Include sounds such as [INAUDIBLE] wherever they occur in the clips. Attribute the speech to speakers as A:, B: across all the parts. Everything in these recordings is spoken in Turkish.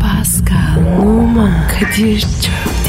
A: Pascal, Oman, Kadir çok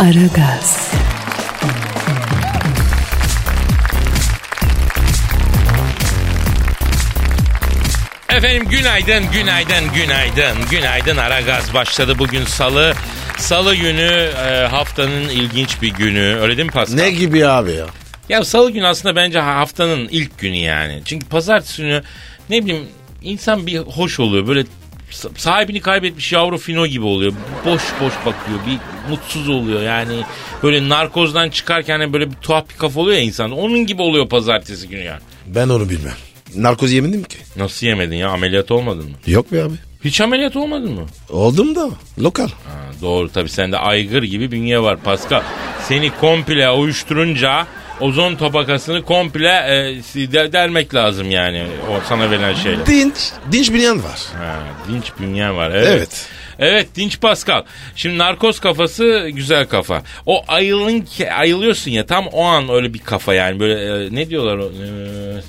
A: Aragaz,
B: Efendim günaydın, günaydın, günaydın, günaydın. Ara gaz başladı bugün salı. Salı günü e, haftanın ilginç bir günü. Öyle değil mi Pascal?
C: Ne gibi abi ya?
B: Ya salı günü aslında bence ha- haftanın ilk günü yani. Çünkü pazartesi günü ne bileyim insan bir hoş oluyor. Böyle sa- sahibini kaybetmiş yavru fino gibi oluyor. Boş boş bakıyor. Bir mutsuz oluyor yani. Böyle narkozdan çıkarken hani böyle bir tuhaf bir kafa oluyor ya insan. Onun gibi oluyor pazartesi günü yani.
C: Ben onu bilmem. Narkoz yemedim ki.
B: Nasıl yemedin ya? Ameliyat olmadın mı?
C: Yok be abi.
B: Hiç ameliyat olmadın mı?
C: Oldum da lokal.
B: Ha, doğru tabii sende aygır gibi bünye var Pascal. Seni komple uyuşturunca ozon tabakasını komple e, si- de- delmek lazım yani o sana verilen şeyle.
C: Dinç. Dinç bir yan var.
B: Ha, dinç bünye var evet.
C: Evet.
B: Evet dinç Pascal. Şimdi narkoz kafası güzel kafa. O ayılın ki ayılıyorsun ya tam o an öyle bir kafa yani böyle e, ne diyorlar o, e,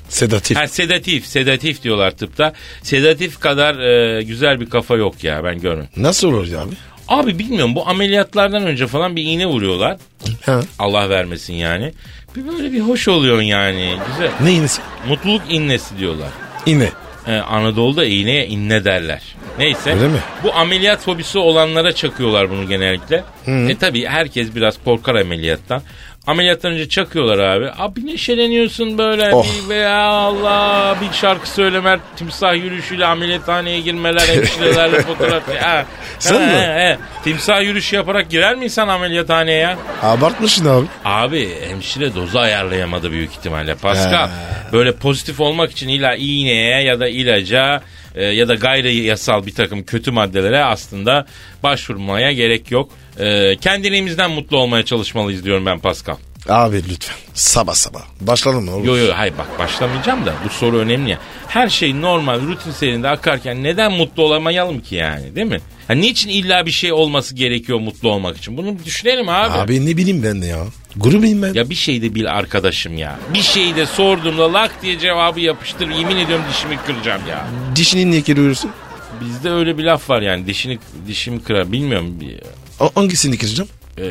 C: Sedatif.
B: Ha, sedatif, sedatif diyorlar tıpta. Sedatif kadar e, güzel bir kafa yok ya ben görün.
C: Nasıl olur ya abi?
B: Abi bilmiyorum bu ameliyatlardan önce falan bir iğne vuruyorlar.
C: Ha.
B: Allah vermesin yani. Bir böyle bir hoş oluyorsun yani. Güzel.
C: Ne inisi?
B: Mutluluk innesi diyorlar.
C: İne.
B: Ee, Anadolu'da iğneye inne derler. Neyse.
C: Öyle mi?
B: Bu ameliyat fobisi olanlara çakıyorlar bunu genellikle. E tabi herkes biraz korkar ameliyattan. Ameliyattan önce çakıyorlar abi. Abi neşeleniyorsun böyle.
C: Oh.
B: Bir, veya Allah bir şarkı söylemeler, timsah yürüyüşüyle
C: [LAUGHS]
B: ameliyathaneye girmeler, hemşirelerle fotoğraf. Ha.
C: Sen
B: Ha,
C: mi?
B: ha, ha. Timsah yürüyüşü yaparak girer mi insan ameliyathaneye ya?
C: Abartmışsın abi.
B: Abi hemşire dozu ayarlayamadı büyük ihtimalle. Pascal böyle pozitif olmak için illa iğneye ya da ilaca e, ya da gayri yasal bir takım kötü maddelere aslında başvurmaya gerek yok. E, kendiliğimizden mutlu olmaya çalışmalıyız diyorum ben Pascal.
C: Abi lütfen. Sabah sabah. Başlayalım mı? oğlum?
B: Yo yo hayır bak başlamayacağım da bu soru önemli ya. Her şey normal rutin serinde akarken neden mutlu olamayalım ki yani değil mi? Ha, niçin illa bir şey olması gerekiyor mutlu olmak için? Bunu düşünelim
C: Abi ne bileyim ben de ya. Grubuyum ben.
B: Ya bir şey de bil arkadaşım ya. Bir şey de sorduğumda lak diye cevabı yapıştır. Yemin ediyorum dişimi kıracağım ya.
C: Dişini niye kırıyorsun?
B: Bizde öyle bir laf var yani dişini dişimi kırar bilmiyorum. Bir-
C: O- Hangisini kıracağım?
B: e,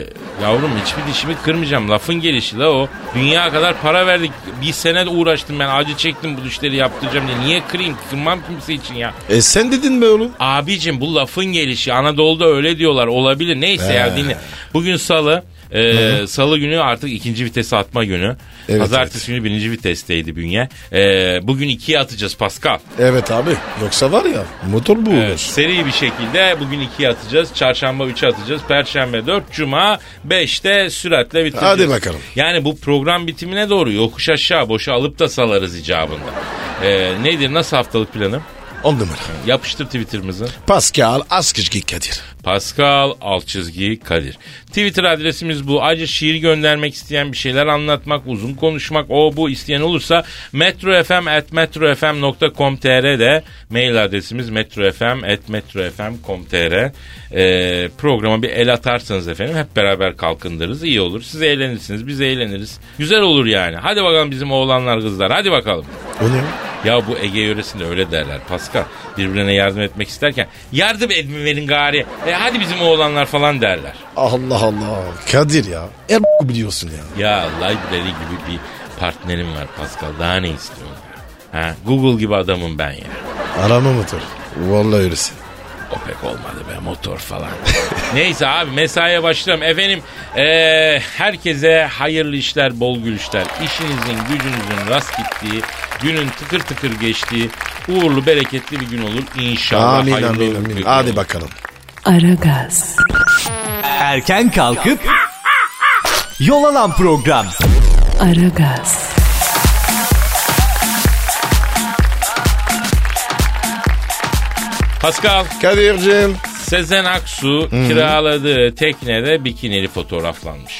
B: yavrum hiçbir dişimi kırmayacağım. Lafın gelişi la o. Dünya kadar para verdik. Bir sene de uğraştım ben. Acı çektim bu dişleri yaptıracağım diye. Niye kırayım? Kırmam kimse için ya.
C: E sen dedin be oğlum.
B: Abicim bu lafın gelişi Anadolu'da öyle diyorlar olabilir. Neyse ya dinle. Bugün salı. Ee, salı günü artık ikinci vitese atma günü.
C: Evet,
B: Pazartesi günü birinci vitesteydi bünye. Ee, bugün ikiye atacağız Pascal.
C: Evet abi. Yoksa var ya motor bu olur.
B: Evet, seri bir şekilde bugün ikiye atacağız. Çarşamba üçe atacağız. Perşembe dört. Cuma beşte süratle bitireceğiz.
C: Hadi bakalım.
B: Yani bu program bitimine doğru yokuş aşağı boşa alıp da salarız icabında. Ee, nedir? Nasıl haftalık planım?
C: On numara.
B: Yapıştır Twitter'ımızı.
C: Pascal Askışki Kadir.
B: Pascal alt çizgi Kadir. Twitter adresimiz bu. Ayrıca şiir göndermek isteyen bir şeyler anlatmak, uzun konuşmak o bu isteyen olursa metrofm at metrofm.com.tr'de mail adresimiz metrofm at metrofm.com.tr Ee, programa bir el atarsanız efendim hep beraber kalkındırız. iyi olur. Siz eğlenirsiniz. Biz eğleniriz. Güzel olur yani. Hadi bakalım bizim oğlanlar kızlar. Hadi bakalım.
C: O ne? o?
B: Ya bu Ege yöresinde öyle derler Pascal. Birbirine yardım etmek isterken yardım edmemenin gari. E hadi bizim oğlanlar falan derler.
C: Allah Allah. Kadir ya. Er biliyorsun ya.
B: Ya library gibi bir partnerim var Pascal. Daha ne istiyorsun? ya? Ha, Google gibi adamım ben ya.
C: Arama motor. Vallahi öylesin.
B: O pek olmadı be
C: [LAUGHS]
B: motor falan. Neyse abi mesaiye başlayalım. Efendim eee, herkese hayırlı işler, bol gülüşler. İşinizin, gücünüzün rast gittiği, günün tıkır tıkır geçtiği, uğurlu, bereketli bir gün olur. İnşallah
C: Amin
B: hayırlı
C: amin
B: uğurlu bir
C: amin.
B: gün
C: Hadi
B: olur.
C: bakalım.
A: Aragaz,
D: Erken kalkıp yol alan program.
A: Aragaz,
B: Pascal
C: Kadir'cim.
B: Sezen Aksu kiraladığı teknede bikinili fotoğraflanmış.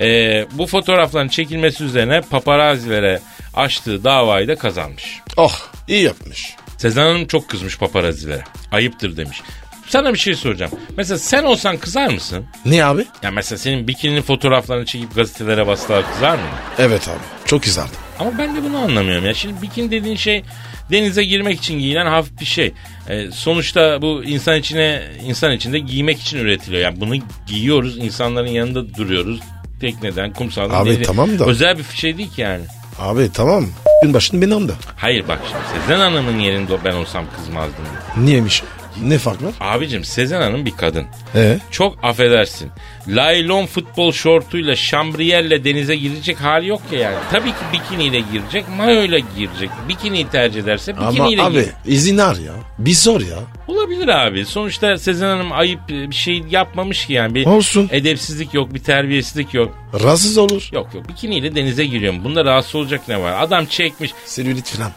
B: Ee, bu fotoğrafların çekilmesi üzerine paparazilere açtığı davayı da kazanmış.
C: Oh iyi yapmış.
B: Sezen Hanım çok kızmış paparazilere. Ayıptır demiş. Sana bir şey soracağım. Mesela sen olsan kızar mısın?
C: Ne abi?
B: Ya mesela senin bikininin fotoğraflarını çekip gazetelere bastılar kızar mı?
C: Evet abi. Çok güzeldi.
B: Ama ben de bunu anlamıyorum ya. Şimdi bikini dediğin şey denize girmek için giyilen hafif bir şey. Ee, sonuçta bu insan içine insan içinde giymek için üretiliyor. Yani bunu giyiyoruz, insanların yanında duruyoruz. Tekneden, kumsaldan.
C: Abi
B: denize-
C: tamam da-
B: Özel bir şey değil ki yani.
C: Abi tamam. Gün başını beni anla.
B: Hayır bak şimdi Sezen Hanım'ın yerinde ben olsam kızmazdım.
C: Niyemiş? Ne fark var?
B: Abicim Sezen Hanım bir kadın.
C: Ee?
B: Çok affedersin. Laylon futbol şortuyla, şambriyerle denize girecek hali yok ya yani. Tabii ki bikiniyle girecek, mayoyla girecek. Bikini tercih ederse
C: Ama
B: bikiniyle
C: abi
B: girecek.
C: izin ar ya. Bir sor ya.
B: Olabilir abi. Sonuçta Sezen Hanım ayıp e, bir şey yapmamış ki yani. Bir
C: Olsun.
B: edepsizlik yok, bir terbiyesizlik yok.
C: Rahatsız olur.
B: Yok yok bikiniyle denize giriyorum. Bunda rahatsız olacak ne var? Adam çekmiş.
C: Selülit falan.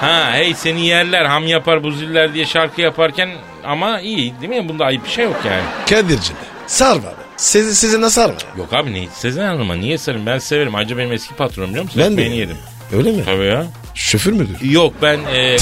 B: Ha hey seni yerler, ham yapar, buziller diye şarkı yaparken ama iyi değil mi? Bunda ayıp bir şey yok yani.
C: Kadir'cim sar bari. Sizi, sizi nasıl sar var?
B: Yok abi ne, Sezen Hanım'a niye sarım? Ben severim. Acaba benim eski patronum biliyor musun?
C: Ben de.
B: Beni yedim.
C: Öyle mi?
B: Tabii ya.
C: Şoför müdür?
B: [LAUGHS] Yok ben
C: [LAUGHS]
B: e,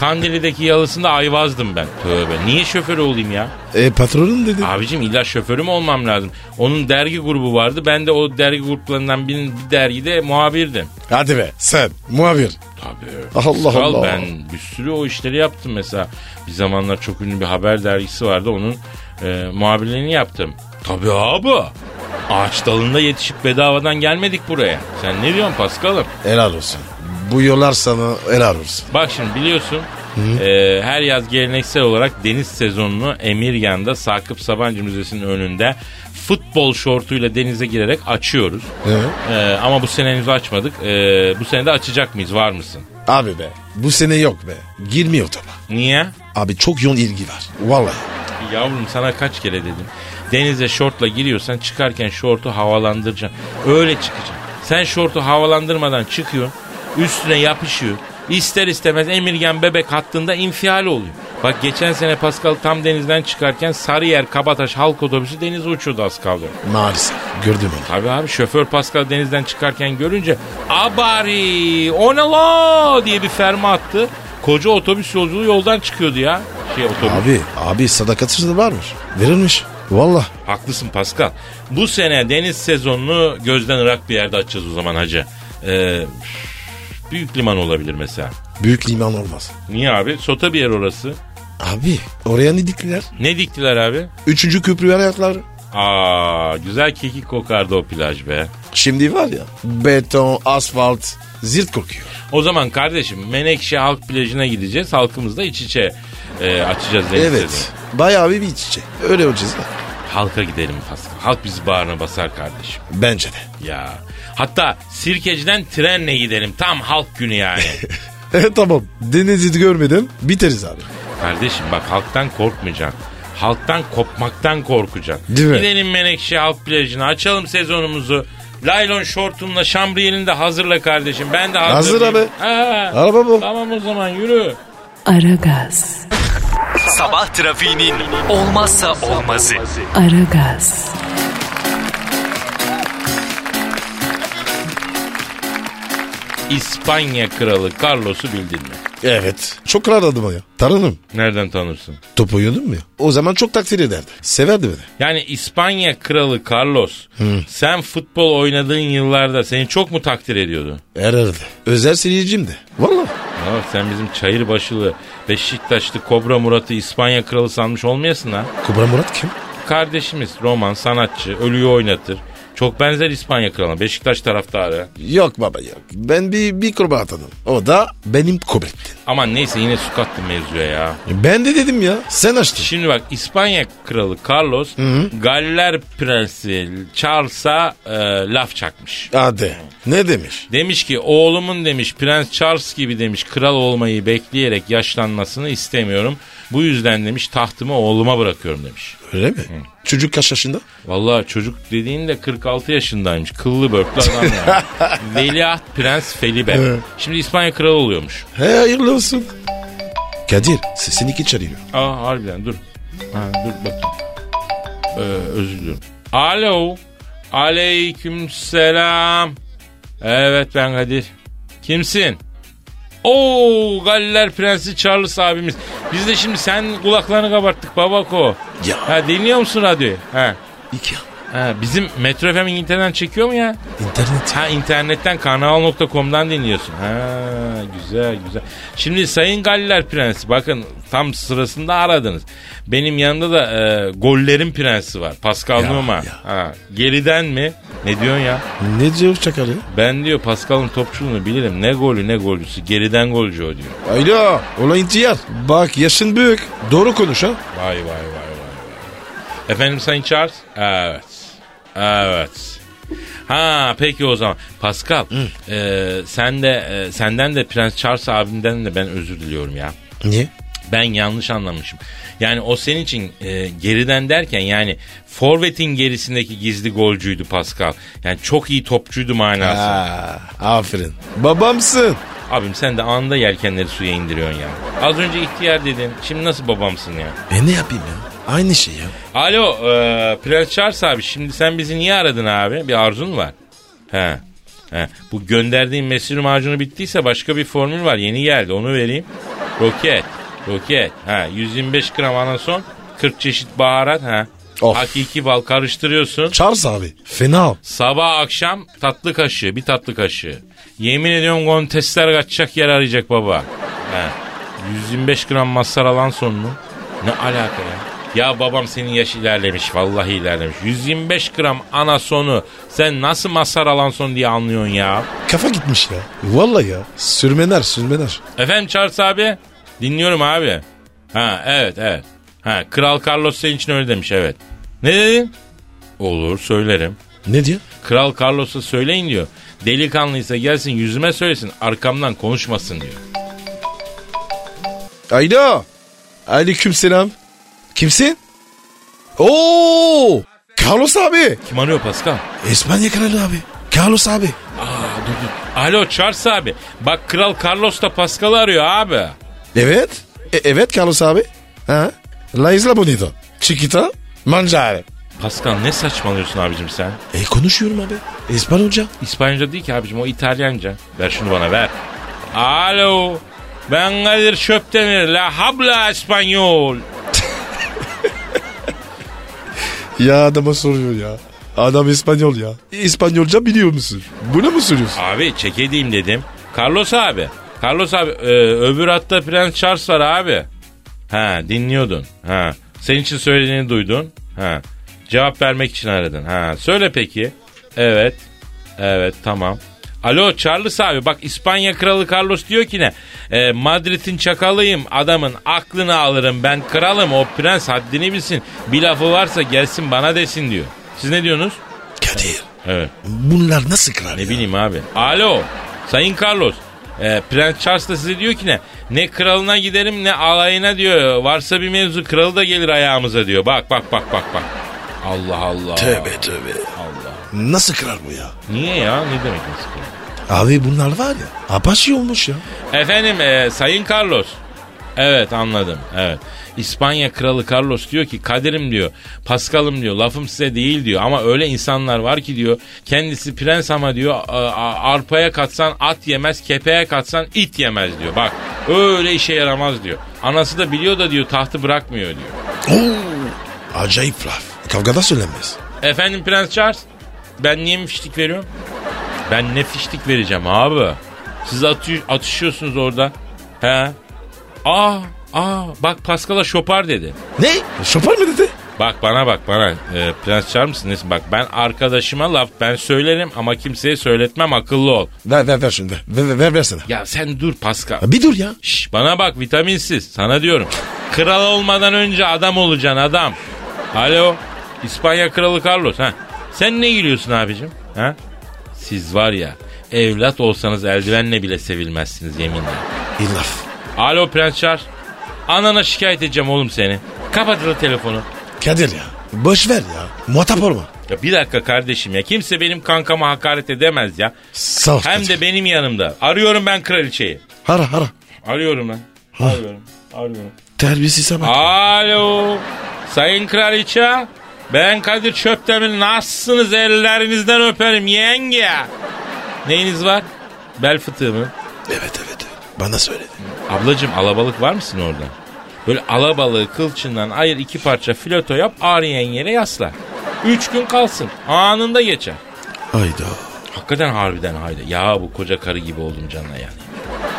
B: Kandili'deki yalısında ayvazdım ben. Tövbe. Niye şoför olayım ya?
C: E patronun dedi.
B: Abicim illa şoförüm olmam lazım. Onun dergi grubu vardı. Ben de o dergi gruplarından birinin bir dergide muhabirdim.
C: Hadi be sen muhabir.
B: Tabii.
C: Allah
B: Kral,
C: Allah.
B: Ben bir sürü o işleri yaptım mesela. Bir zamanlar çok ünlü bir haber dergisi vardı. Onun e, muhabirliğini yaptım. Tabii abi. Ağaç dalında yetişip bedavadan gelmedik buraya. Sen ne diyorsun Paskal'ım?
C: Helal olsun. Bu yollar sana helal olsun.
B: Bak şimdi biliyorsun e, her yaz geleneksel olarak deniz sezonunu Emirgan'da Sakıp Sabancı Müzesi'nin önünde futbol şortuyla denize girerek açıyoruz.
C: Hı?
B: E, ama bu sene henüz açmadık. E, bu sene de açacak mıyız? Var mısın?
C: Abi be bu sene yok be. Girmiyor tabi.
B: Niye?
C: Abi çok yoğun ilgi var. Vallahi.
B: Yavrum sana kaç kere dedim. Denize şortla giriyorsan çıkarken şortu havalandıracaksın. Öyle çıkacaksın. Sen şortu havalandırmadan çıkıyorsun. Üstüne yapışıyor. İster istemez emirgen bebek hattında infial oluyor. Bak geçen sene Pascal tam denizden çıkarken Sarıyer Kabataş halk otobüsü denize uçuyordu az kaldı.
C: Maalesef. Gördüm onu.
B: Tabii abi şoför Pascal denizden çıkarken görünce abari o ne la diye bir ferma attı. Koca otobüs yolculuğu yoldan çıkıyordu ya. Şey otobüs.
C: Abi abi sadakatsız varmış. Verilmiş. Vallahi.
B: Haklısın Pascal. Bu sene deniz sezonunu gözden ırak bir yerde açacağız o zaman hacı. Ee, büyük liman olabilir mesela.
C: Büyük liman olmaz.
B: Niye abi? Sota bir yer orası.
C: Abi oraya ne diktiler?
B: Ne diktiler abi?
C: Üçüncü köprü hayatlar.
B: Aa güzel kekik kokardı o plaj be.
C: Şimdi var ya beton, asfalt, zirt kokuyor.
B: O zaman kardeşim Menekşe Halk Plajı'na gideceğiz. Halkımızla iç içe e, açacağız deniz
C: Evet.
B: sezonu.
C: Bayağı bir iç içe. Öyle olacağız. da.
B: Halka gidelim Pascal. Halk bizi bağrına basar kardeşim.
C: Bence de.
B: Ya. Hatta sirkeciden trenle gidelim. Tam halk günü yani.
C: [LAUGHS] E tamam. Denizi görmedim. Biteriz abi.
B: Kardeşim bak halktan korkmayacaksın. Halktan kopmaktan korkacaksın.
C: Değil mi?
B: Gidelim Menekşe halk plajına açalım sezonumuzu. Laylon şortumla şambriyelini de hazırla kardeşim. Ben de hazır.
C: Hazır
B: değilim.
C: abi.
B: Ha.
C: Araba bu.
B: Tamam o zaman yürü.
A: Aragaz,
D: Sabah trafiğinin olmazsa olmazı.
A: Aragaz,
B: İspanya kralı Carlos'u bildin mi?
C: Evet. Çok kral adamı ya. Tanırım.
B: Nereden tanırsın?
C: Top oynuyordum ya. O zaman çok takdir ederdi. Severdi beni.
B: Yani İspanya kralı Carlos sen futbol oynadığın yıllarda seni çok mu takdir ediyordu?
C: Ererdi. Özel seyircim de. Valla.
B: Ya sen bizim çayır başılı Beşiktaşlı Kobra Murat'ı İspanya kralı sanmış olmayasın ha.
C: Kubra Murat kim?
B: Kardeşimiz roman, sanatçı, ölüyü oynatır. Çok benzer İspanya kralına, Beşiktaş taraftarı.
C: Yok baba yok. Ben bir, bir kurban atadım. O da benim kubrettin.
B: Aman neyse yine su kattı mevzuya ya.
C: Ben de dedim ya. Sen açtın.
B: Şimdi bak İspanya kralı Carlos, Galler prensi Charles'a e, laf çakmış.
C: Hadi. Ne demiş?
B: Demiş ki oğlumun demiş Prens Charles gibi demiş kral olmayı bekleyerek yaşlanmasını istemiyorum. Bu yüzden demiş tahtımı oğluma bırakıyorum demiş.
C: Öyle mi? Çocuk kaç yaşında?
B: Vallahi çocuk dediğin de 46 yaşındaymış. Kıllı börtlü adam yani. Veliaht Prens Felipe. Şimdi İspanya kralı oluyormuş.
C: He hayırlı olsun. Kadir sesin iki çarıyor.
B: Aa harbiden dur. Ha, dur bak. Ee, özür diliyorum. Alo. Aleyküm selam. Evet ben Kadir. Kimsin? Oo Galler Prensi Charles abimiz. Biz de şimdi sen kulaklarını kabarttık babako.
C: Ya.
B: Ha dinliyor musun radyoyu? Ha.
C: İki ya.
B: ha bizim Metro FM İngiltere'den çekiyor mu ya?
C: İnternet.
B: Ha internetten kanal.com'dan dinliyorsun. Ha güzel güzel. Şimdi Sayın Galler Prensi bakın tam sırasında aradınız. Benim yanımda da e, gollerin prensi var. Pascal
C: Ya,
B: Numa.
C: ya.
B: Ha, geriden mi? Ne diyorsun ya?
C: Ne diyor çakal ya?
B: Ben diyor Pascal'ın topçuluğunu bilirim. Ne golü ne golcüsü. Geriden golcü o diyor.
C: Alo. Ulan intihar. Bak yaşın büyük. Doğru konuş ha.
B: Vay vay vay vay. vay. Efendim Sayın Charles? Evet. Evet. Ha peki o zaman. Pascal, e, sen de e, senden de Prens Charles abimden de ben özür diliyorum ya.
C: Niye?
B: Ben yanlış anlamışım. Yani o senin için e, geriden derken yani forvetin gerisindeki gizli golcüydü Pascal. Yani çok iyi topçuydu manası.
C: Aa, aferin. Babamsın.
B: Abim sen de anında yelkenleri suya indiriyorsun ya. Az önce ihtiyar dedin. Şimdi nasıl babamsın ya?
C: E ne yapayım ya? Aynı şey ya.
B: Alo e, Prens Charles abi şimdi sen bizi niye aradın abi? Bir arzun var. He. He. Bu gönderdiğin mesir macunu bittiyse başka bir formül var. Yeni geldi onu vereyim. Roket. Roket. Ha 125 gram anason. 40 çeşit baharat. Ha.
C: Of.
B: Hakiki bal karıştırıyorsun.
C: Charles abi. Fena.
B: Sabah akşam tatlı kaşığı, bir tatlı kaşığı. Yemin ediyorum kontesler kaçacak yer arayacak baba. He. 125 gram masar alan sonunu. Ne alaka ya? Ya babam senin yaş ilerlemiş, vallahi ilerlemiş. 125 gram anasonu sen nasıl masar alan son diye anlıyorsun ya?
C: Kafa gitmiş ya. Vallahi ya. Sürmener sürmener.
B: Efendim Charles abi? Dinliyorum abi. Ha evet evet. Ha Kral Carlos senin için öyle demiş evet. Ne dedin? Olur söylerim.
C: Ne diyor?
B: Kral Carlos'a söyleyin diyor. Delikanlıysa gelsin yüzüme söylesin arkamdan konuşmasın diyor.
C: Alo. Aleyküm selam. Kimsin? Oo! Carlos abi.
B: Kim arıyor Pascal?
C: İspanya kralı abi. Carlos abi.
B: Alo Charles abi. Bak Kral Carlos da Pascal'ı arıyor abi.
C: Evet. E- evet Carlos abi. Ha? La isla bonita. Chiquita. Mangiare.
B: Pascal ne saçmalıyorsun abicim sen?
C: E konuşuyorum abi. İspanyolca.
B: İspanyolca değil ki abicim o İtalyanca. Ver şunu bana ver. Alo. Ben Kadir Çöptemir. La habla İspanyol.
C: Ya adama soruyor ya. Adam İspanyol ya. İspanyolca biliyor musun? Bunu mu soruyorsun?
B: Abi çekedeyim dedim. Carlos abi. Carlos abi e, öbür hatta Prens Charles var abi. Ha dinliyordun. Ha. Senin için söylediğini duydun. Ha. Cevap vermek için aradın. Ha. Söyle peki. Evet. Evet tamam. Alo Charles abi bak İspanya Kralı Carlos diyor ki ne? E, Madrid'in çakalıyım adamın aklını alırım ben kralım o prens haddini bilsin. Bir lafı varsa gelsin bana desin diyor. Siz ne diyorsunuz?
C: Kadir.
B: Evet.
C: Bunlar nasıl kral
B: Ne
C: ya?
B: bileyim abi. Alo. Sayın Carlos. E, Prens Charles da size diyor ki ne? Ne kralına giderim ne alayına diyor. Varsa bir mevzu kralı da gelir ayağımıza diyor. Bak bak bak bak bak. Allah Allah.
C: Tövbe tövbe.
B: Allah.
C: Nasıl kral bu ya?
B: Niye ya? Ne demek nasıl kral?
C: Abi bunlar var ya. Apache olmuş ya.
B: Efendim e, Sayın Carlos. Evet anladım. Evet. İspanya kralı Carlos diyor ki kaderim diyor. Paskal'ım diyor. Lafım size değil diyor. Ama öyle insanlar var ki diyor. Kendisi prens ama diyor. a- a- Arpaya katsan at yemez. Kepeğe katsan it yemez diyor. Bak öyle işe yaramaz diyor. Anası da biliyor da diyor tahtı bırakmıyor diyor.
C: Oo. Acayip laf. Kavgada söylenmez.
B: Efendim Prens Charles. Ben niye mi fiştik veriyorum? Ben ne fiştik vereceğim abi? Siz atı- atışıyorsunuz orada. He? Aa, aa bak Pascal'a şopar dedi.
C: Ne? Şopar mı dedi?
B: Bak bana bak bana. Ee, Prens Charles mısın? Nesin? Bak ben arkadaşıma laf ben söylerim ama kimseye söyletmem akıllı ol.
C: Ver ver ver şimdi ver. Ver, ver, ver versene.
B: Ya sen dur Pascal.
C: Bir dur ya.
B: Şş, bana bak vitaminsiz sana diyorum. Kral olmadan önce adam olacaksın adam. Alo İspanya Kralı Carlos. Ha. Sen ne gülüyorsun abicim? Ha? Siz var ya evlat olsanız eldivenle bile sevilmezsiniz yeminle.
C: İyi laf.
B: Alo Prens Charles. Anana şikayet edeceğim oğlum seni. Kapatılı telefonu.
C: Kadir ya. Boş ver ya. Muhatap olma.
B: Ya bir dakika kardeşim ya kimse benim kankama hakaret edemez ya.
C: Sağ ol.
B: Hem
C: Kadir.
B: de benim yanımda. Arıyorum ben kraliçeyi.
C: Hara hara.
B: Arıyorum lan. Arıyorum.
E: Arıyorum.
C: Terbiyesize bak.
B: Alo. Sayın Kraliçe. Ben Kadir Çöptemir. Nasılsınız? Ellerinizden öperim yenge. Neyiniz var? Bel fıtığı mı?
C: Evet evet. Bana söyledi.
B: Ablacım alabalık var mısın orada? Böyle alabalığı kılçından ayır iki parça fileto yap ağrıyan yere yasla. Üç gün kalsın. Anında geçer.
C: Hayda.
B: Hakikaten harbiden hayda. Ya bu koca karı gibi oldum canına yani.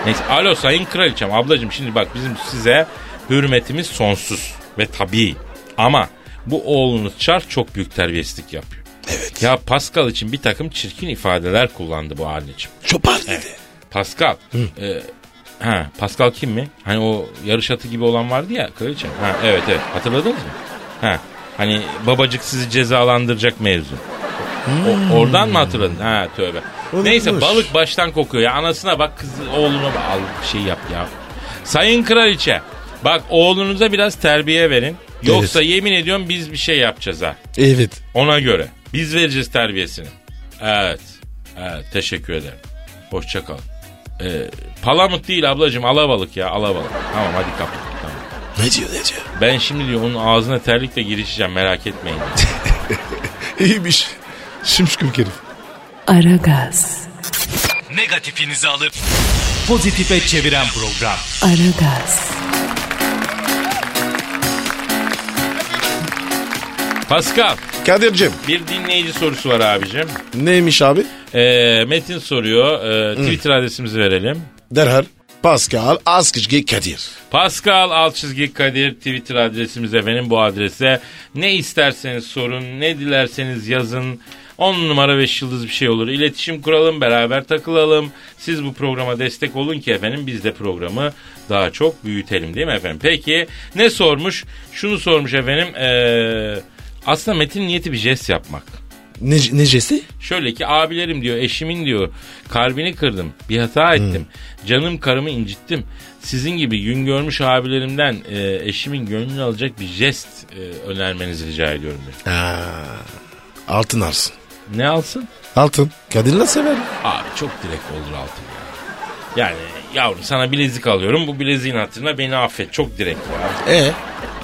B: Neyse alo sayın kraliçem ablacım şimdi bak bizim size hürmetimiz sonsuz ve tabii. Ama bu oğlunuz Çar çok büyük terbiyesizlik yapıyor.
C: Evet.
B: Ya Pascal için bir takım çirkin ifadeler kullandı bu anneciğim.
C: Çopar dedi.
B: Pascal. e, ha, Pascal kim mi? Hani o yarış atı gibi olan vardı ya kraliçem. Ha, evet evet hatırladınız mı? Ha, hani babacık sizi cezalandıracak mevzu. O- oradan mı hatırladın? Ha tövbe.
C: Olabilir.
B: Neyse balık baştan kokuyor ya. Anasına bak kız oğluna bak. Al bir şey yap ya. Sayın kraliçe bak oğlunuza biraz terbiye verin. Yoksa yemin ediyorum biz bir şey yapacağız ha.
C: Evet.
B: Ona göre. Biz vereceğiz terbiyesini. Evet. Evet teşekkür ederim. Hoşça kal. Ee, palamut değil ablacığım alabalık ya alabalık. Tamam hadi kapat. Tamam.
C: Ne diyor ne diyor?
B: Ben şimdi diyor onun ağzına terlikle girişeceğim merak etmeyin.
C: İyiymiş. Şimşküm herif.
A: Aragaz,
D: Negatifinizi alıp pozitife çeviren program.
A: Aragaz,
B: Pascal
C: Kadir'cim.
B: bir dinleyici sorusu var abicim.
C: Neymiş abi?
B: Ee, Metin soruyor. Ee, Twitter adresimizi verelim.
C: Derhal. Pascal Askışgi Kadir.
B: Pascal alt çizgi Kadir Twitter adresimiz efendim bu adrese. Ne isterseniz sorun, ne dilerseniz yazın. 10 numara 5 yıldız bir şey olur. İletişim kuralım, beraber takılalım. Siz bu programa destek olun ki efendim biz de programı daha çok büyütelim değil mi efendim? Peki ne sormuş? Şunu sormuş efendim. eee, aslında Metin niyeti bir jest yapmak.
C: Ne, necesi?
B: Şöyle ki abilerim diyor eşimin diyor kalbini kırdım bir hata ettim canım karımı incittim. Sizin gibi gün görmüş abilerimden e, eşimin gönlünü alacak bir jest e, önermenizi rica ediyorum. diyor.
C: Altın arsın.
B: Ne alsın?
C: Altın. Kadir nasıl sever?
B: Abi çok direkt olur altın ya. Yani yavrum sana bilezik alıyorum bu bileziğin hatırına beni affet çok direkt ya.
C: E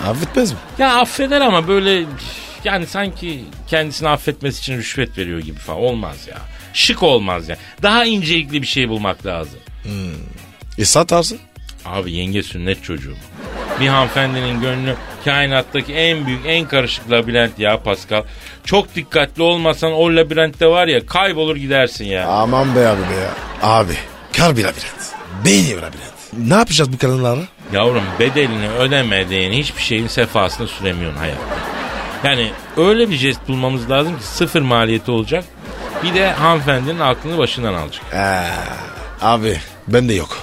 C: affetmez mi?
B: Ya affeder ama böyle yani sanki kendisini affetmesi için rüşvet veriyor gibi falan olmaz ya. Şık olmaz ya. Daha incelikli bir şey bulmak lazım.
C: E satarsın.
B: Abi yenge sünnet çocuğu. Bir hanımefendinin gönlü kainattaki en büyük en karışık labirent ya Pascal. Çok dikkatli olmasan o labirentte var ya kaybolur gidersin ya.
C: Aman be abi be ya. Abi kar bir labirent. Beyni bir labirent. Ne yapacağız bu kadınlara?
B: Yavrum bedelini ödemediğin hiçbir şeyin sefasını süremiyorsun hayatta. Yani öyle bir jest bulmamız lazım ki sıfır maliyeti olacak. Bir de hanımefendinin aklını başından alacak.
C: Abi bende yok.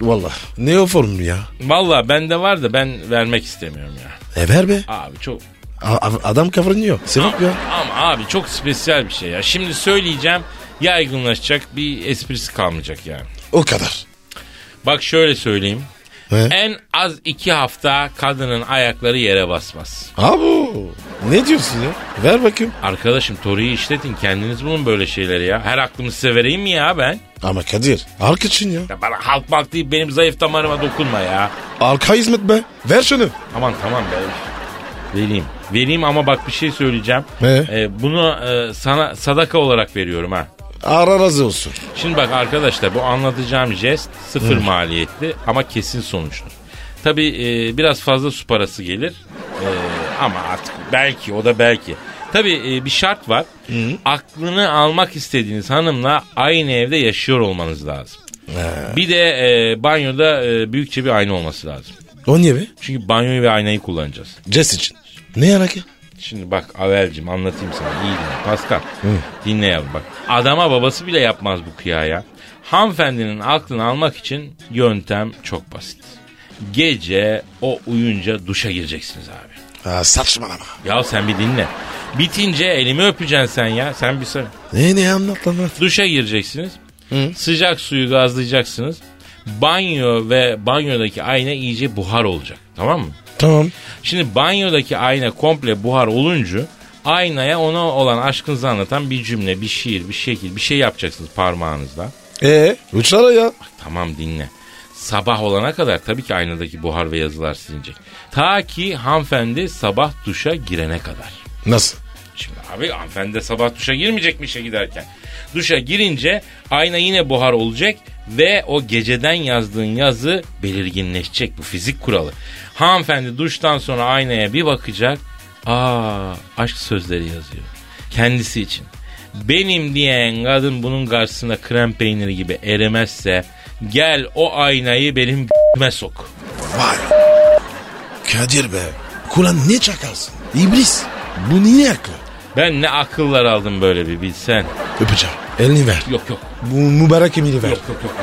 C: Vallahi ne o form ya?
B: Valla bende var da ben vermek istemiyorum ya.
C: E ver be.
B: Abi çok
C: A- a- adam kıvranıyor. Sebep ya.
B: Ama abi çok spesiyel bir şey ya. Şimdi söyleyeceğim yaygınlaşacak bir esprisi kalmayacak yani.
C: O kadar.
B: Bak şöyle söyleyeyim.
C: He?
B: En az iki hafta kadının ayakları yere basmaz.
C: Abu. Ne diyorsun ya? Ver bakayım.
B: Arkadaşım Tori'yi işletin kendiniz bulun böyle şeyleri ya. Her aklımı size vereyim mi ya ben?
C: Ama Kadir. Arka için ya.
B: Ya bana halk malk deyip benim zayıf damarıma dokunma ya.
C: Arka hizmet be. Ver şunu.
B: Aman tamam be. Vereyim. Vereyim ama bak bir şey söyleyeceğim.
C: He?
B: Ee, bunu e, sana sadaka olarak veriyorum ha.
C: Ara razı olsun.
B: Şimdi bak arkadaşlar bu anlatacağım jest sıfır maliyetli ama kesin sonuçlu. Tabii e, biraz fazla su parası gelir E, ama artık belki o da belki. Tabii e, bir şart var. Aklını almak istediğiniz hanımla aynı evde yaşıyor olmanız lazım. Bir de e, banyoda e, büyükçe bir ayna olması lazım.
C: O niye be?
B: Çünkü banyoyu ve aynayı kullanacağız.
C: Jess için. Ne yarak ya?
B: Şimdi bak Avel'cim anlatayım sana iyi dinle. Pascal dinle yavrum bak. Adama babası bile yapmaz bu kıyaya. Hanımefendinin aklını almak için yöntem çok basit. Gece o uyunca duşa gireceksiniz abi.
C: Ha, saçmalama.
B: Ya sen bir dinle. Bitince elimi öpeceksin sen ya. Sen bir sarı.
C: Ne ne anlat lan anlat.
B: Duşa gireceksiniz. Sıcak suyu gazlayacaksınız. Banyo ve banyodaki ayna iyice buhar olacak. Tamam mı?
C: Tamam.
B: Şimdi banyodaki ayna komple buhar olunca aynaya ona olan aşkınızı anlatan bir cümle, bir şiir, bir şekil, bir şey yapacaksınız parmağınızla.
C: Ee E, uçlara ya.
B: Bak tamam dinle. Sabah olana kadar tabii ki aynadaki buhar ve yazılar silinecek. Ta ki hanımefendi sabah duşa girene kadar.
C: Nasıl?
B: Şimdi abi hanımefendi de sabah duşa girmeyecek mi işe giderken? Duşa girince ayna yine buhar olacak ve o geceden yazdığın yazı belirginleşecek. Bu fizik kuralı. Hanımefendi duştan sonra aynaya bir bakacak. Aa aşk sözleri yazıyor. Kendisi için. Benim diyen kadın bunun karşısında krem peyniri gibi erimezse gel o aynayı benim [LAUGHS] g***me sok.
C: Vay. Kadir be. Kur'an ne çakalsın? İblis. Bu niye aklı?
B: Ben ne akıllar aldım böyle bir bilsen.
C: Öpeceğim. Elini ver.
B: Yok yok
C: Bu mübarek emini ver.
B: Yok yok yok. yok.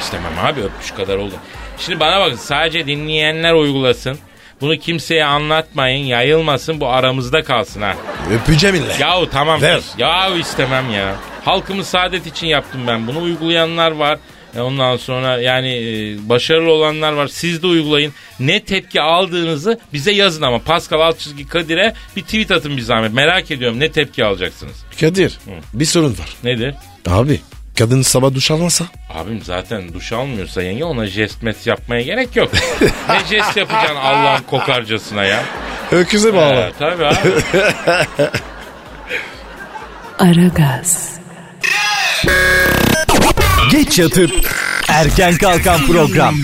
B: İstemem abi öpmüş kadar oldu. Şimdi bana bakın sadece dinleyenler uygulasın. Bunu kimseye anlatmayın, yayılmasın, bu aramızda kalsın ha.
C: Öpeceğim illa.
B: Yahu tamam.
C: Ver.
B: Yahu istemem ya. Halkımız saadet için yaptım ben. Bunu uygulayanlar var. E Ondan sonra yani e, başarılı olanlar var. Siz de uygulayın. Ne tepki aldığınızı bize yazın ama. Pascal alt çizgi Kadir'e bir tweet atın bir zahmet. Merak ediyorum ne tepki alacaksınız.
C: Kadir bir sorun var.
B: Nedir?
C: Abi kadın sabah duş almasa?
B: Abim zaten duş almıyorsa yenge ona jest met yapmaya gerek yok. ne jest yapacaksın Allah'ın kokarcasına ya.
C: Öküze
B: Ee, tabii abi.
A: Aragaz,
D: Geç yatıp erken kalkan program.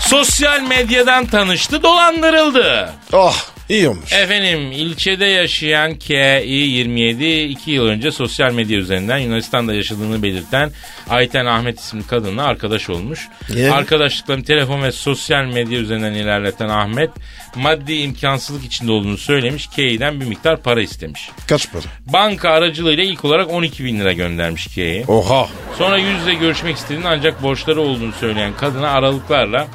B: Sosyal medyadan tanıştı dolandırıldı.
C: Oh iyi olmuş.
B: Efendim ilçede yaşayan KI27 2 yıl önce sosyal medya üzerinden Yunanistan'da yaşadığını belirten Ayten Ahmet isimli kadınla arkadaş olmuş.
C: Yani?
B: Arkadaşlıklarını telefon ve sosyal medya üzerinden ilerleten Ahmet maddi imkansızlık içinde olduğunu söylemiş. KI'den bir miktar para istemiş.
C: Kaç para?
B: Banka aracılığıyla ilk olarak 12 bin lira göndermiş Kiye'ye.
C: Oha.
B: Sonra yüzle görüşmek istediğini ancak borçları olduğunu söyleyen kadına aralıklarla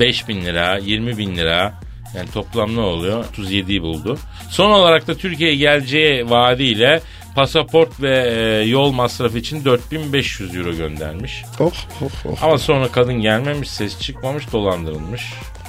B: 5 bin lira, 20 bin lira yani toplam ne oluyor? 37'yi buldu. Son olarak da Türkiye'ye geleceği vaadiyle pasaport ve e, yol masrafı için 4500 euro göndermiş.
C: Oh oh oh.
B: Ama sonra kadın gelmemiş, ses çıkmamış, dolandırılmış.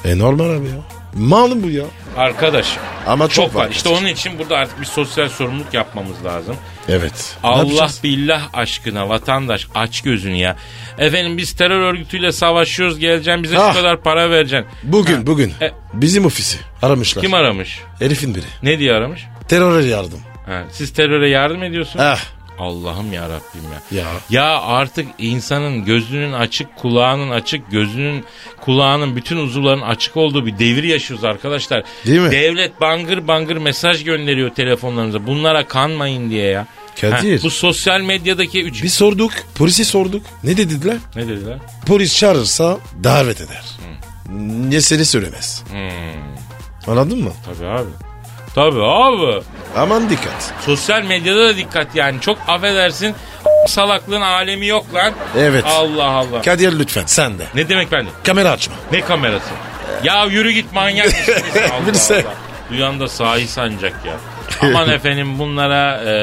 C: E normal abi ya. Malum bu ya.
B: Arkadaşım
C: Ama
B: çok,
C: çok
B: var.
C: var.
B: İşte onun için burada artık bir sosyal sorumluluk yapmamız lazım.
C: Evet. Ne
B: Allah
C: yapacağız?
B: billah aşkına vatandaş aç gözünü ya. Efendim biz terör örgütüyle savaşıyoruz geleceksin bize
C: Ah.
B: şu kadar para vereceksin.
C: Bugün bugün
B: E-
C: bizim ofisi aramışlar.
B: Kim aramış?
C: Herifin biri.
B: Ne diye aramış?
C: Teröre yardım.
B: Ha, siz teröre yardım ediyorsunuz.
C: Ah.
B: Allah'ım ya Rabbim ya.
C: Ya.
B: artık insanın gözünün açık, kulağının açık, gözünün, kulağının bütün uzuvların açık olduğu bir devir yaşıyoruz arkadaşlar.
C: Değil mi?
B: Devlet bangır bangır mesaj gönderiyor telefonlarınıza. Bunlara kanmayın diye ya.
C: Kadir.
B: Ha, bu sosyal medyadaki üç...
C: Bir sorduk. Polisi sorduk. Ne dediler?
B: Ne dediler?
C: Polis çağırırsa davet eder.
B: Hmm.
C: Ne seni söylemez. Anladın mı?
B: Tabii abi. Tabii abi.
C: Aman dikkat.
B: Sosyal medyada da dikkat yani. Çok affedersin salaklığın alemi yok lan.
C: Evet.
B: Allah Allah.
C: Kadir lütfen sen de.
B: ne demek ben de?
C: Kamera açma.
B: Ne kamerası? Ya yürü git
C: [LAUGHS]
B: manyak mısın sen? Allah
C: Bilse.
B: Allah. Duyan da sahi sanacak ya.
C: [LAUGHS]
B: Aman efendim bunlara e,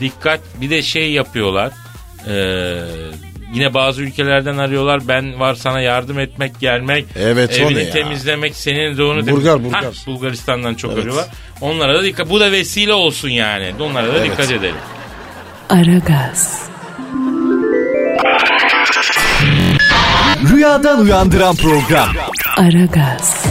B: dikkat. Bir de şey yapıyorlar. E, yine bazı ülkelerden arıyorlar. Ben var sana yardım etmek gelmek.
C: Evet, o
B: evini
C: ne ya?
B: temizlemek senin doğunu
C: Bulgar,
B: temizlemek.
C: Bulgar.
B: Hah, Bulgaristan'dan çok
C: Evet.
B: arıyorlar. Onlara da dikkat. Bu da vesile olsun yani. Onlara da
C: Evet.
B: dikkat edelim.
A: Aragaz,
D: Rüyadan uyandıran program.
A: Aragaz,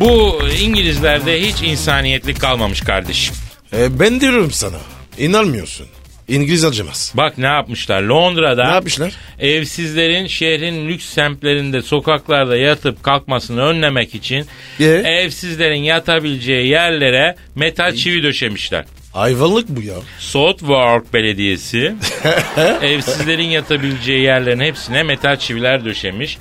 B: Bu İngilizlerde hiç insaniyetlik kalmamış kardeşim.
C: E, ben diyorum sana. İnanmıyorsun. İngiliz acımaz.
B: Bak ne yapmışlar. Londra'da
C: Ne yapmışlar?
B: Evsizlerin şehrin lüks semtlerinde sokaklarda yatıp kalkmasını önlemek için
C: Ee?
B: evsizlerin yatabileceği yerlere metal çivi döşemişler.
C: Hayvanlık bu ya. [LAUGHS]
B: Southwark Belediyesi evsizlerin yatabileceği yerlerin hepsine metal çiviler döşemiş.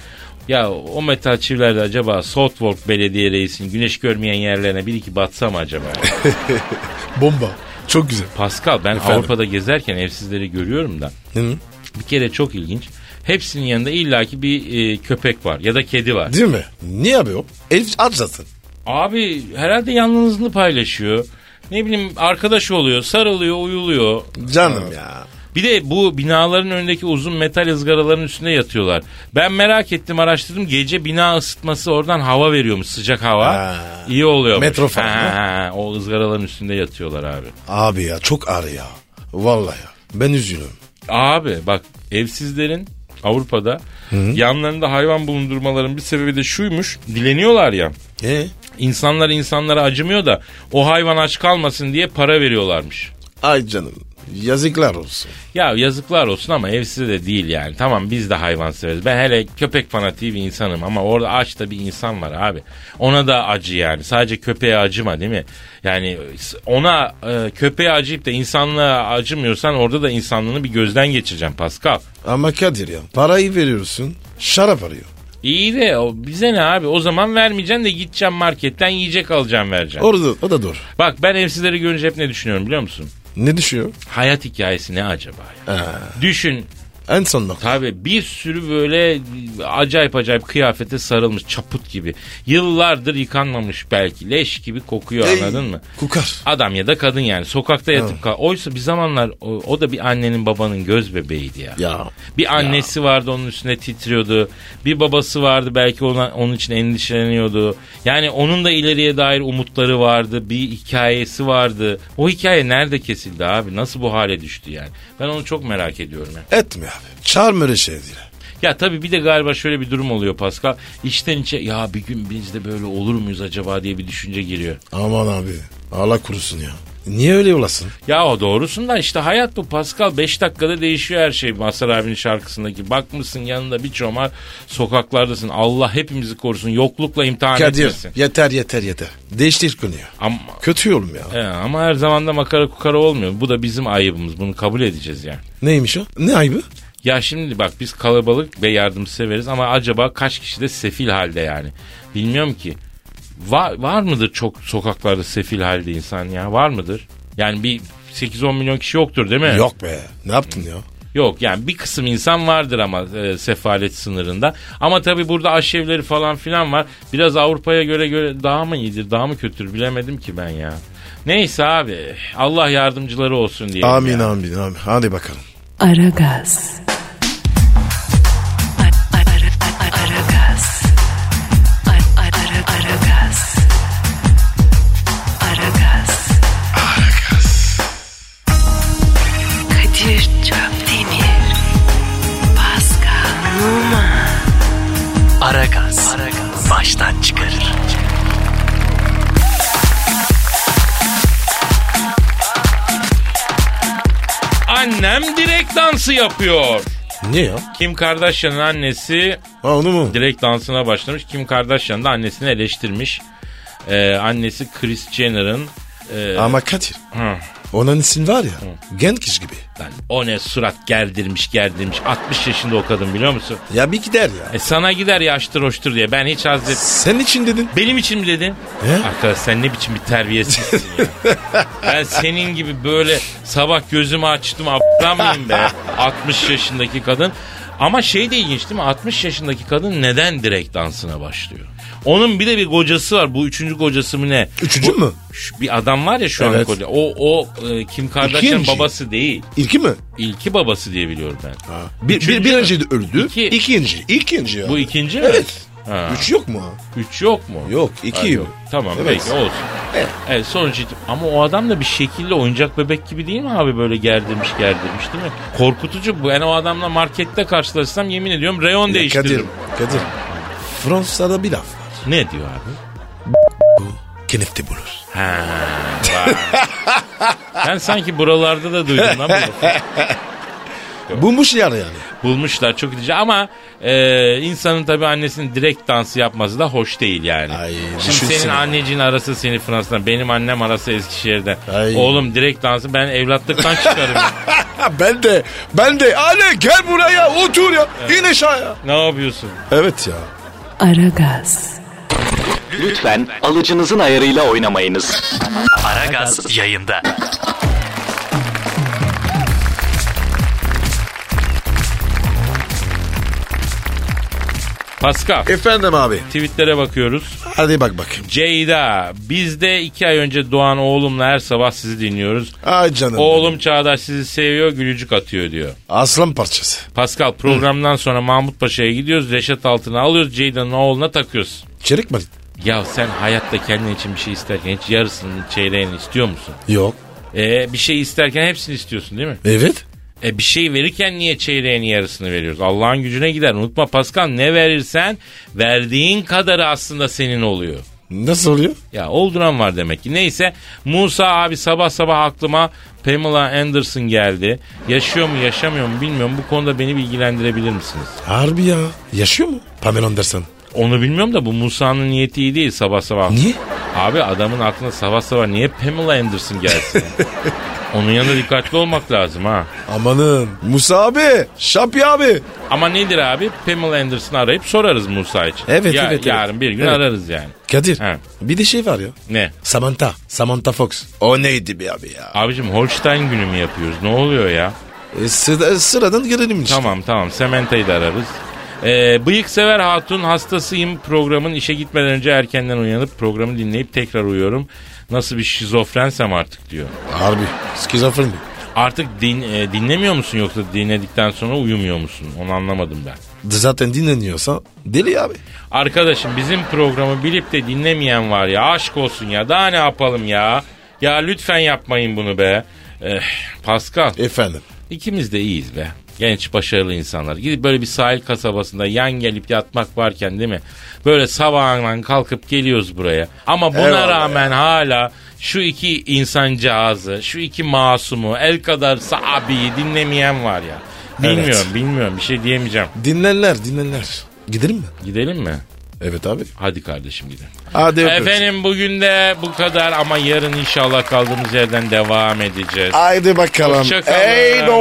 B: Ya o metal çiviler de acaba Southwark Belediye Reisi'nin güneş görmeyen yerlerine bir iki batsa
C: [LAUGHS]
B: mı acaba?
C: Bomba. Çok güzel.
B: Pascal ben
C: Efendim?
B: Avrupa'da gezerken evsizleri görüyorum da
C: Hı?
B: bir kere çok ilginç. Hepsinin yanında illaki bir e, köpek var ya da kedi var.
C: Değil mi? Niye abi o? Elif acasın.
B: Abi herhalde yalnızlığını paylaşıyor. Ne bileyim arkadaş oluyor, sarılıyor, uyuluyor.
C: Canım ya.
B: Bir de bu binaların önündeki uzun metal ızgaraların üstünde yatıyorlar. Ben merak ettim araştırdım. Gece bina ısıtması oradan hava veriyormuş sıcak hava.
C: Ha.
B: İyi oluyor.
C: Metro falan,
B: O ızgaraların üstünde yatıyorlar abi.
C: Abi ya çok ağır ya. Vallahi ya. Ben üzülüyorum.
B: Abi bak evsizlerin Avrupa'da yanlarında hayvan bulundurmaların bir sebebi de şuymuş. Dileniyorlar ya.
C: E?
B: İnsanlar insanlara acımıyor da o hayvan aç kalmasın diye para veriyorlarmış.
C: Ay canım. Yazıklar olsun.
B: Ya yazıklar olsun ama evsiz de değil yani. Tamam biz de hayvan severiz. Ben hele köpek fanatiği bir insanım ama orada aç da bir insan var abi. Ona da acı yani. Sadece köpeğe acıma değil mi? Yani ona e, köpeğe acıyıp da insanlığa acımıyorsan orada da insanlığını bir gözden geçireceğim Pascal.
C: Ama Kadir ya parayı veriyorsun. Şarap arıyor.
B: İyi de o bize ne abi? O zaman vermeyeceksin de gideceğim marketten yiyecek alacağım vereceğim.
C: Orada o da doğru.
B: Bak ben evsizleri görünce hep ne düşünüyorum biliyor musun?
C: Ne düşüyor?
B: Hayat hikayesi ne acaba? ya? Düşün
C: En son nokta.
B: Tabii bir sürü böyle acayip acayip kıyafete sarılmış çaput gibi. Yıllardır yıkanmamış belki leş gibi kokuyor
C: Ey,
B: anladın mı?
C: Kukar.
B: Adam ya da kadın yani sokakta yatıp kal. Oysa bir zamanlar o, o da bir annenin babanın göz bebeğiydi ya.
C: Ya.
B: Bir annesi vardı onun üstüne titriyordu. Bir babası vardı belki ona, onun için endişeleniyordu. Yani onun da ileriye dair umutları vardı. Bir hikayesi vardı. O hikaye nerede kesildi abi? Nasıl bu hale düştü yani? Ben onu çok merak ediyorum. ya.
C: Etme abi. Çağırma öyle şey değil.
B: Ya tabii bir de galiba şöyle bir durum oluyor Pascal. İçten içe ya bir gün biz de böyle olur muyuz acaba diye bir düşünce giriyor.
C: Aman abi. Allah kurusun ya. Niye öyle olasın?
B: Ya o doğrusun da işte hayat bu Pascal. 5 dakikada değişiyor her şey Mazhar abinin şarkısındaki. Bakmışsın yanında bir çomar sokaklardasın. Allah hepimizi korusun. Yoklukla imtihan etmesin.
C: Kadir yeter yeter yeter. Değiştir konuyu.
B: Ama,
C: Kötü yorum ya.
B: e, ama her zaman da makara kukara olmuyor. Bu da bizim ayıbımız. Bunu kabul edeceğiz yani.
C: Neymiş o? Ne ayıbı?
B: Ya şimdi bak biz kalabalık ve yardımseveriz ama acaba kaç kişi de sefil halde yani? Bilmiyorum ki. Var, var mıdır çok sokaklarda sefil halde insan ya? Var mıdır? Yani bir 8-10 milyon kişi yoktur değil mi?
C: Yok be. Ne yaptın ya?
B: Yok yani bir kısım insan vardır ama e, sefalet sınırında. Ama tabii burada aşevleri falan filan var. Biraz Avrupa'ya göre göre daha mı iyidir daha mı kötüdür bilemedim ki ben ya. Neyse abi Allah yardımcıları olsun diyelim.
C: Amin
B: ya.
C: amin amin. Hadi bakalım.
A: Aragaz. Aragaz. Aragaz. Aragaz. Kadir Çöptemir. Pascal Numa.
D: Aragaz. Baştan çıkarır.
B: Annem direkt dansı yapıyor.
C: Niye ya?
B: Kim Kardashian'ın annesi
C: Ha onu mu?
B: direkt dansına başlamış. Kim Kardashian da annesini eleştirmiş. Ee, annesi Kris Jenner'ın e,
C: Ama Kadir.
B: hı,
C: Onun isim var ya. Genç kişi gibi.
B: lan o ne surat gerdirmiş gerdirmiş. 60 yaşında o kadın biliyor musun?
C: Ya bir gider ya.
B: E sana gider yaştır hoştur diye. Ben hiç hazret...
C: Sen için dedin.
B: Benim için mi dedin?
C: He?
B: Arkadaş sen ne biçim bir terbiyesizsin ya. ben senin gibi böyle sabah gözümü açtım aptal mıyım be? 60 yaşındaki kadın. Ama şey de ilginç değil mi? 60 yaşındaki kadın neden direkt dansına başlıyor? Onun bir de bir kocası var. Bu üçüncü kocası mı ne?
C: Üçüncü mü?
B: Şu bir adam var ya şu an
C: Evet.
B: koca. O, o e, Kim Kardashian
C: İkinci.
B: babası değil.
C: İlki mi?
B: İlki babası diye biliyorum ben.
C: Bir,
B: Üçüncü
C: bir,
B: mü?
C: birinci de öldü.
B: İki.
C: İkinci. İkinci ya.
B: Bu ikinci mi?
C: Evet.
B: Ha.
C: Üç yok mu?
B: Üç yok mu?
C: Yok, iki
B: Ha,
C: yok.
B: Tamam
C: Evet.
B: peki olsun. Evet.
C: Evet.
B: sonuç itib- ama o adam da bir şekilde oyuncak bebek gibi değil mi abi böyle gerdirmiş gerdirmiş değil mi? Korkutucu bu. Yani o adamla markette karşılaşsam yemin ediyorum reyon
C: Ya Kadir.
B: değiştiririm.
C: Kadir. Fransa'da bir laf var.
B: Ne diyor abi?
C: Kenefte bulur.
B: Ha, vay. ben sanki buralarda da duydum lan
C: [LAUGHS]
B: bunu.
C: Bulmuş yani
B: [LAUGHS]
C: yani.
B: Bulmuşlar çok itici ama e, insanın tabii annesinin direkt dansı yapması da hoş değil yani.
C: Ay,
B: Şimdi senin
C: düşünsene.
B: anneciğin arası seni Fransa'dan, benim annem arası Eskişehir'den.
C: Ay.
B: Oğlum direkt dansı ben
C: [LAUGHS]
B: evlatlıktan çıkarım.
C: Ha, ben de ben de Ale gel buraya otur ya. in aşağıya.
B: ne yapıyorsun?
C: Evet ya.
A: Aragaz.
D: Lütfen alıcınızın ayarıyla oynamayınız. Aragaz yayında.
B: Pascal
C: Efendim abi. E-
B: tweetlere bakıyoruz.
C: Hadi bak bakayım.
B: Ceyda biz de iki ay önce doğan oğlumla her sabah sizi dinliyoruz.
C: Ay canım.
B: Oğlum Çağdaş sizi seviyor gülücük atıyor diyor.
C: Aslan parçası.
B: Pascal programdan sonra Mahmut Paşa'ya gidiyoruz. Reşat altına alıyoruz. Ceyda'nın oğluna takıyoruz.
C: Çelik mi?
B: Ya sen hayatta kendin için bir şey isterken hiç yarısını çeyreğini istiyor musun?
C: Yok.
B: E, bir şey isterken hepsini istiyorsun değil mi?
C: Evet.
B: E bir şey verirken niye çeyreğin yarısını veriyoruz? Allah'ın gücüne gider. Unutma Pascal ne verirsen verdiğin kadarı aslında senin oluyor.
C: Nasıl oluyor?
B: Ya olduran var demek ki. Neyse Musa abi sabah sabah aklıma Pamela Anderson geldi. Yaşıyor mu yaşamıyor mu bilmiyorum. Bu konuda beni bilgilendirebilir misiniz?
C: Harbi ya. Yaşıyor mu? Pamela Anderson.
B: Onu bilmiyorum da bu Musa'nın niyeti iyi değil sabah sabah.
C: Niye?
B: Abi adamın aklına sabah sabah niye Pamela
C: [LAUGHS]
B: Anderson gelsin? Onun yanında dikkatli olmak lazım ha.
C: Amanın. Musa abi. Şapi abi.
B: Ama nedir abi? Pamela Anderson'ı arayıp sorarız Musa için.
C: Evet,
B: Ya-
C: evet,
B: Yarın
C: evet.
B: bir gün
C: Evet.
B: ararız yani.
C: Kadir.
B: He.
C: Bir de şey var ya.
B: Ne?
C: Samantha. Samantha Fox. O neydi be abi ya?
B: Abicim Holstein günü mü yapıyoruz? Ne oluyor ya?
C: E, sıra- sıradan gelelim işte.
B: Tamam tamam Sementa'yı da ararız. Ee, bıyık sever hatun hastasıyım programın işe gitmeden önce erkenden uyanıp programı dinleyip tekrar uyuyorum. Nasıl bir şizofrensem artık diyor.
C: Harbi. Skizofren mi?
B: Artık din, e, dinlemiyor musun yoksa dinledikten sonra uyumuyor musun? Onu anlamadım ben.
C: Zaten dinleniyorsa deli abi.
B: Arkadaşım bizim programı bilip de dinlemeyen var ya aşk olsun ya daha ne yapalım ya. Ya lütfen yapmayın bunu be. Eh, Pascal
C: Efendim.
B: ikimiz de iyiyiz be. Genç başarılı insanlar. Gidip böyle bir sahil kasabasında yan gelip yatmak varken değil mi? Böyle sabahından kalkıp geliyoruz buraya. Ama buna
C: Eyvallah
B: rağmen hala şu iki insancağızı, şu iki masumu, el kadar sahabeyi dinlemeyen var ya.
C: Evet.
B: Bilmiyorum, bilmiyorum. Bir şey diyemeyeceğim.
C: Dinlenler dinlenler. Gidelim mi?
B: Gidelim mi?
C: Evet abi.
B: Hadi kardeşim gidelim.
C: Hadi öpüyoruz.
B: Efendim bugün de bu kadar ama yarın inşallah kaldığımız yerden devam edeceğiz.
C: Haydi bakalım.
B: Hoşçakalın.
C: Eydo.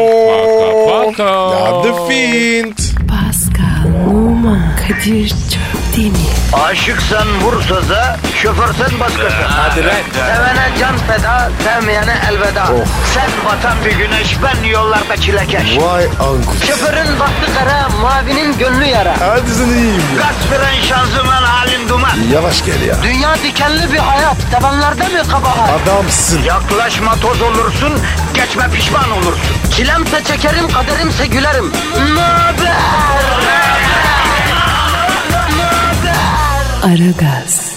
B: Paka, paka.
C: Ya the Fiend.
A: Pascal, Oman, Kadir çok değil mi?
F: Aşıksan vursa da, şoförsen başkasın. Hadi
C: lan.
F: Sevene can feda, sevmeyene elveda. Sen batan bir güneş, ben yollarda çilekeş.
C: Vay anku.
F: Şoförün baktı kara, mavinin gönlü yara.
C: Hadi sen iyiyim ya.
F: Kasperen şanzıman halin duman.
C: Yavaş gel ya.
F: Dünya dikenli bir hayat, sevenlerde mi kabahar?
C: Adamsın.
F: Yaklaşma toz olursun, geçme pişman olursun. Çilemse çekerim, kaderimse gülerim. Möber!
A: Aragaz.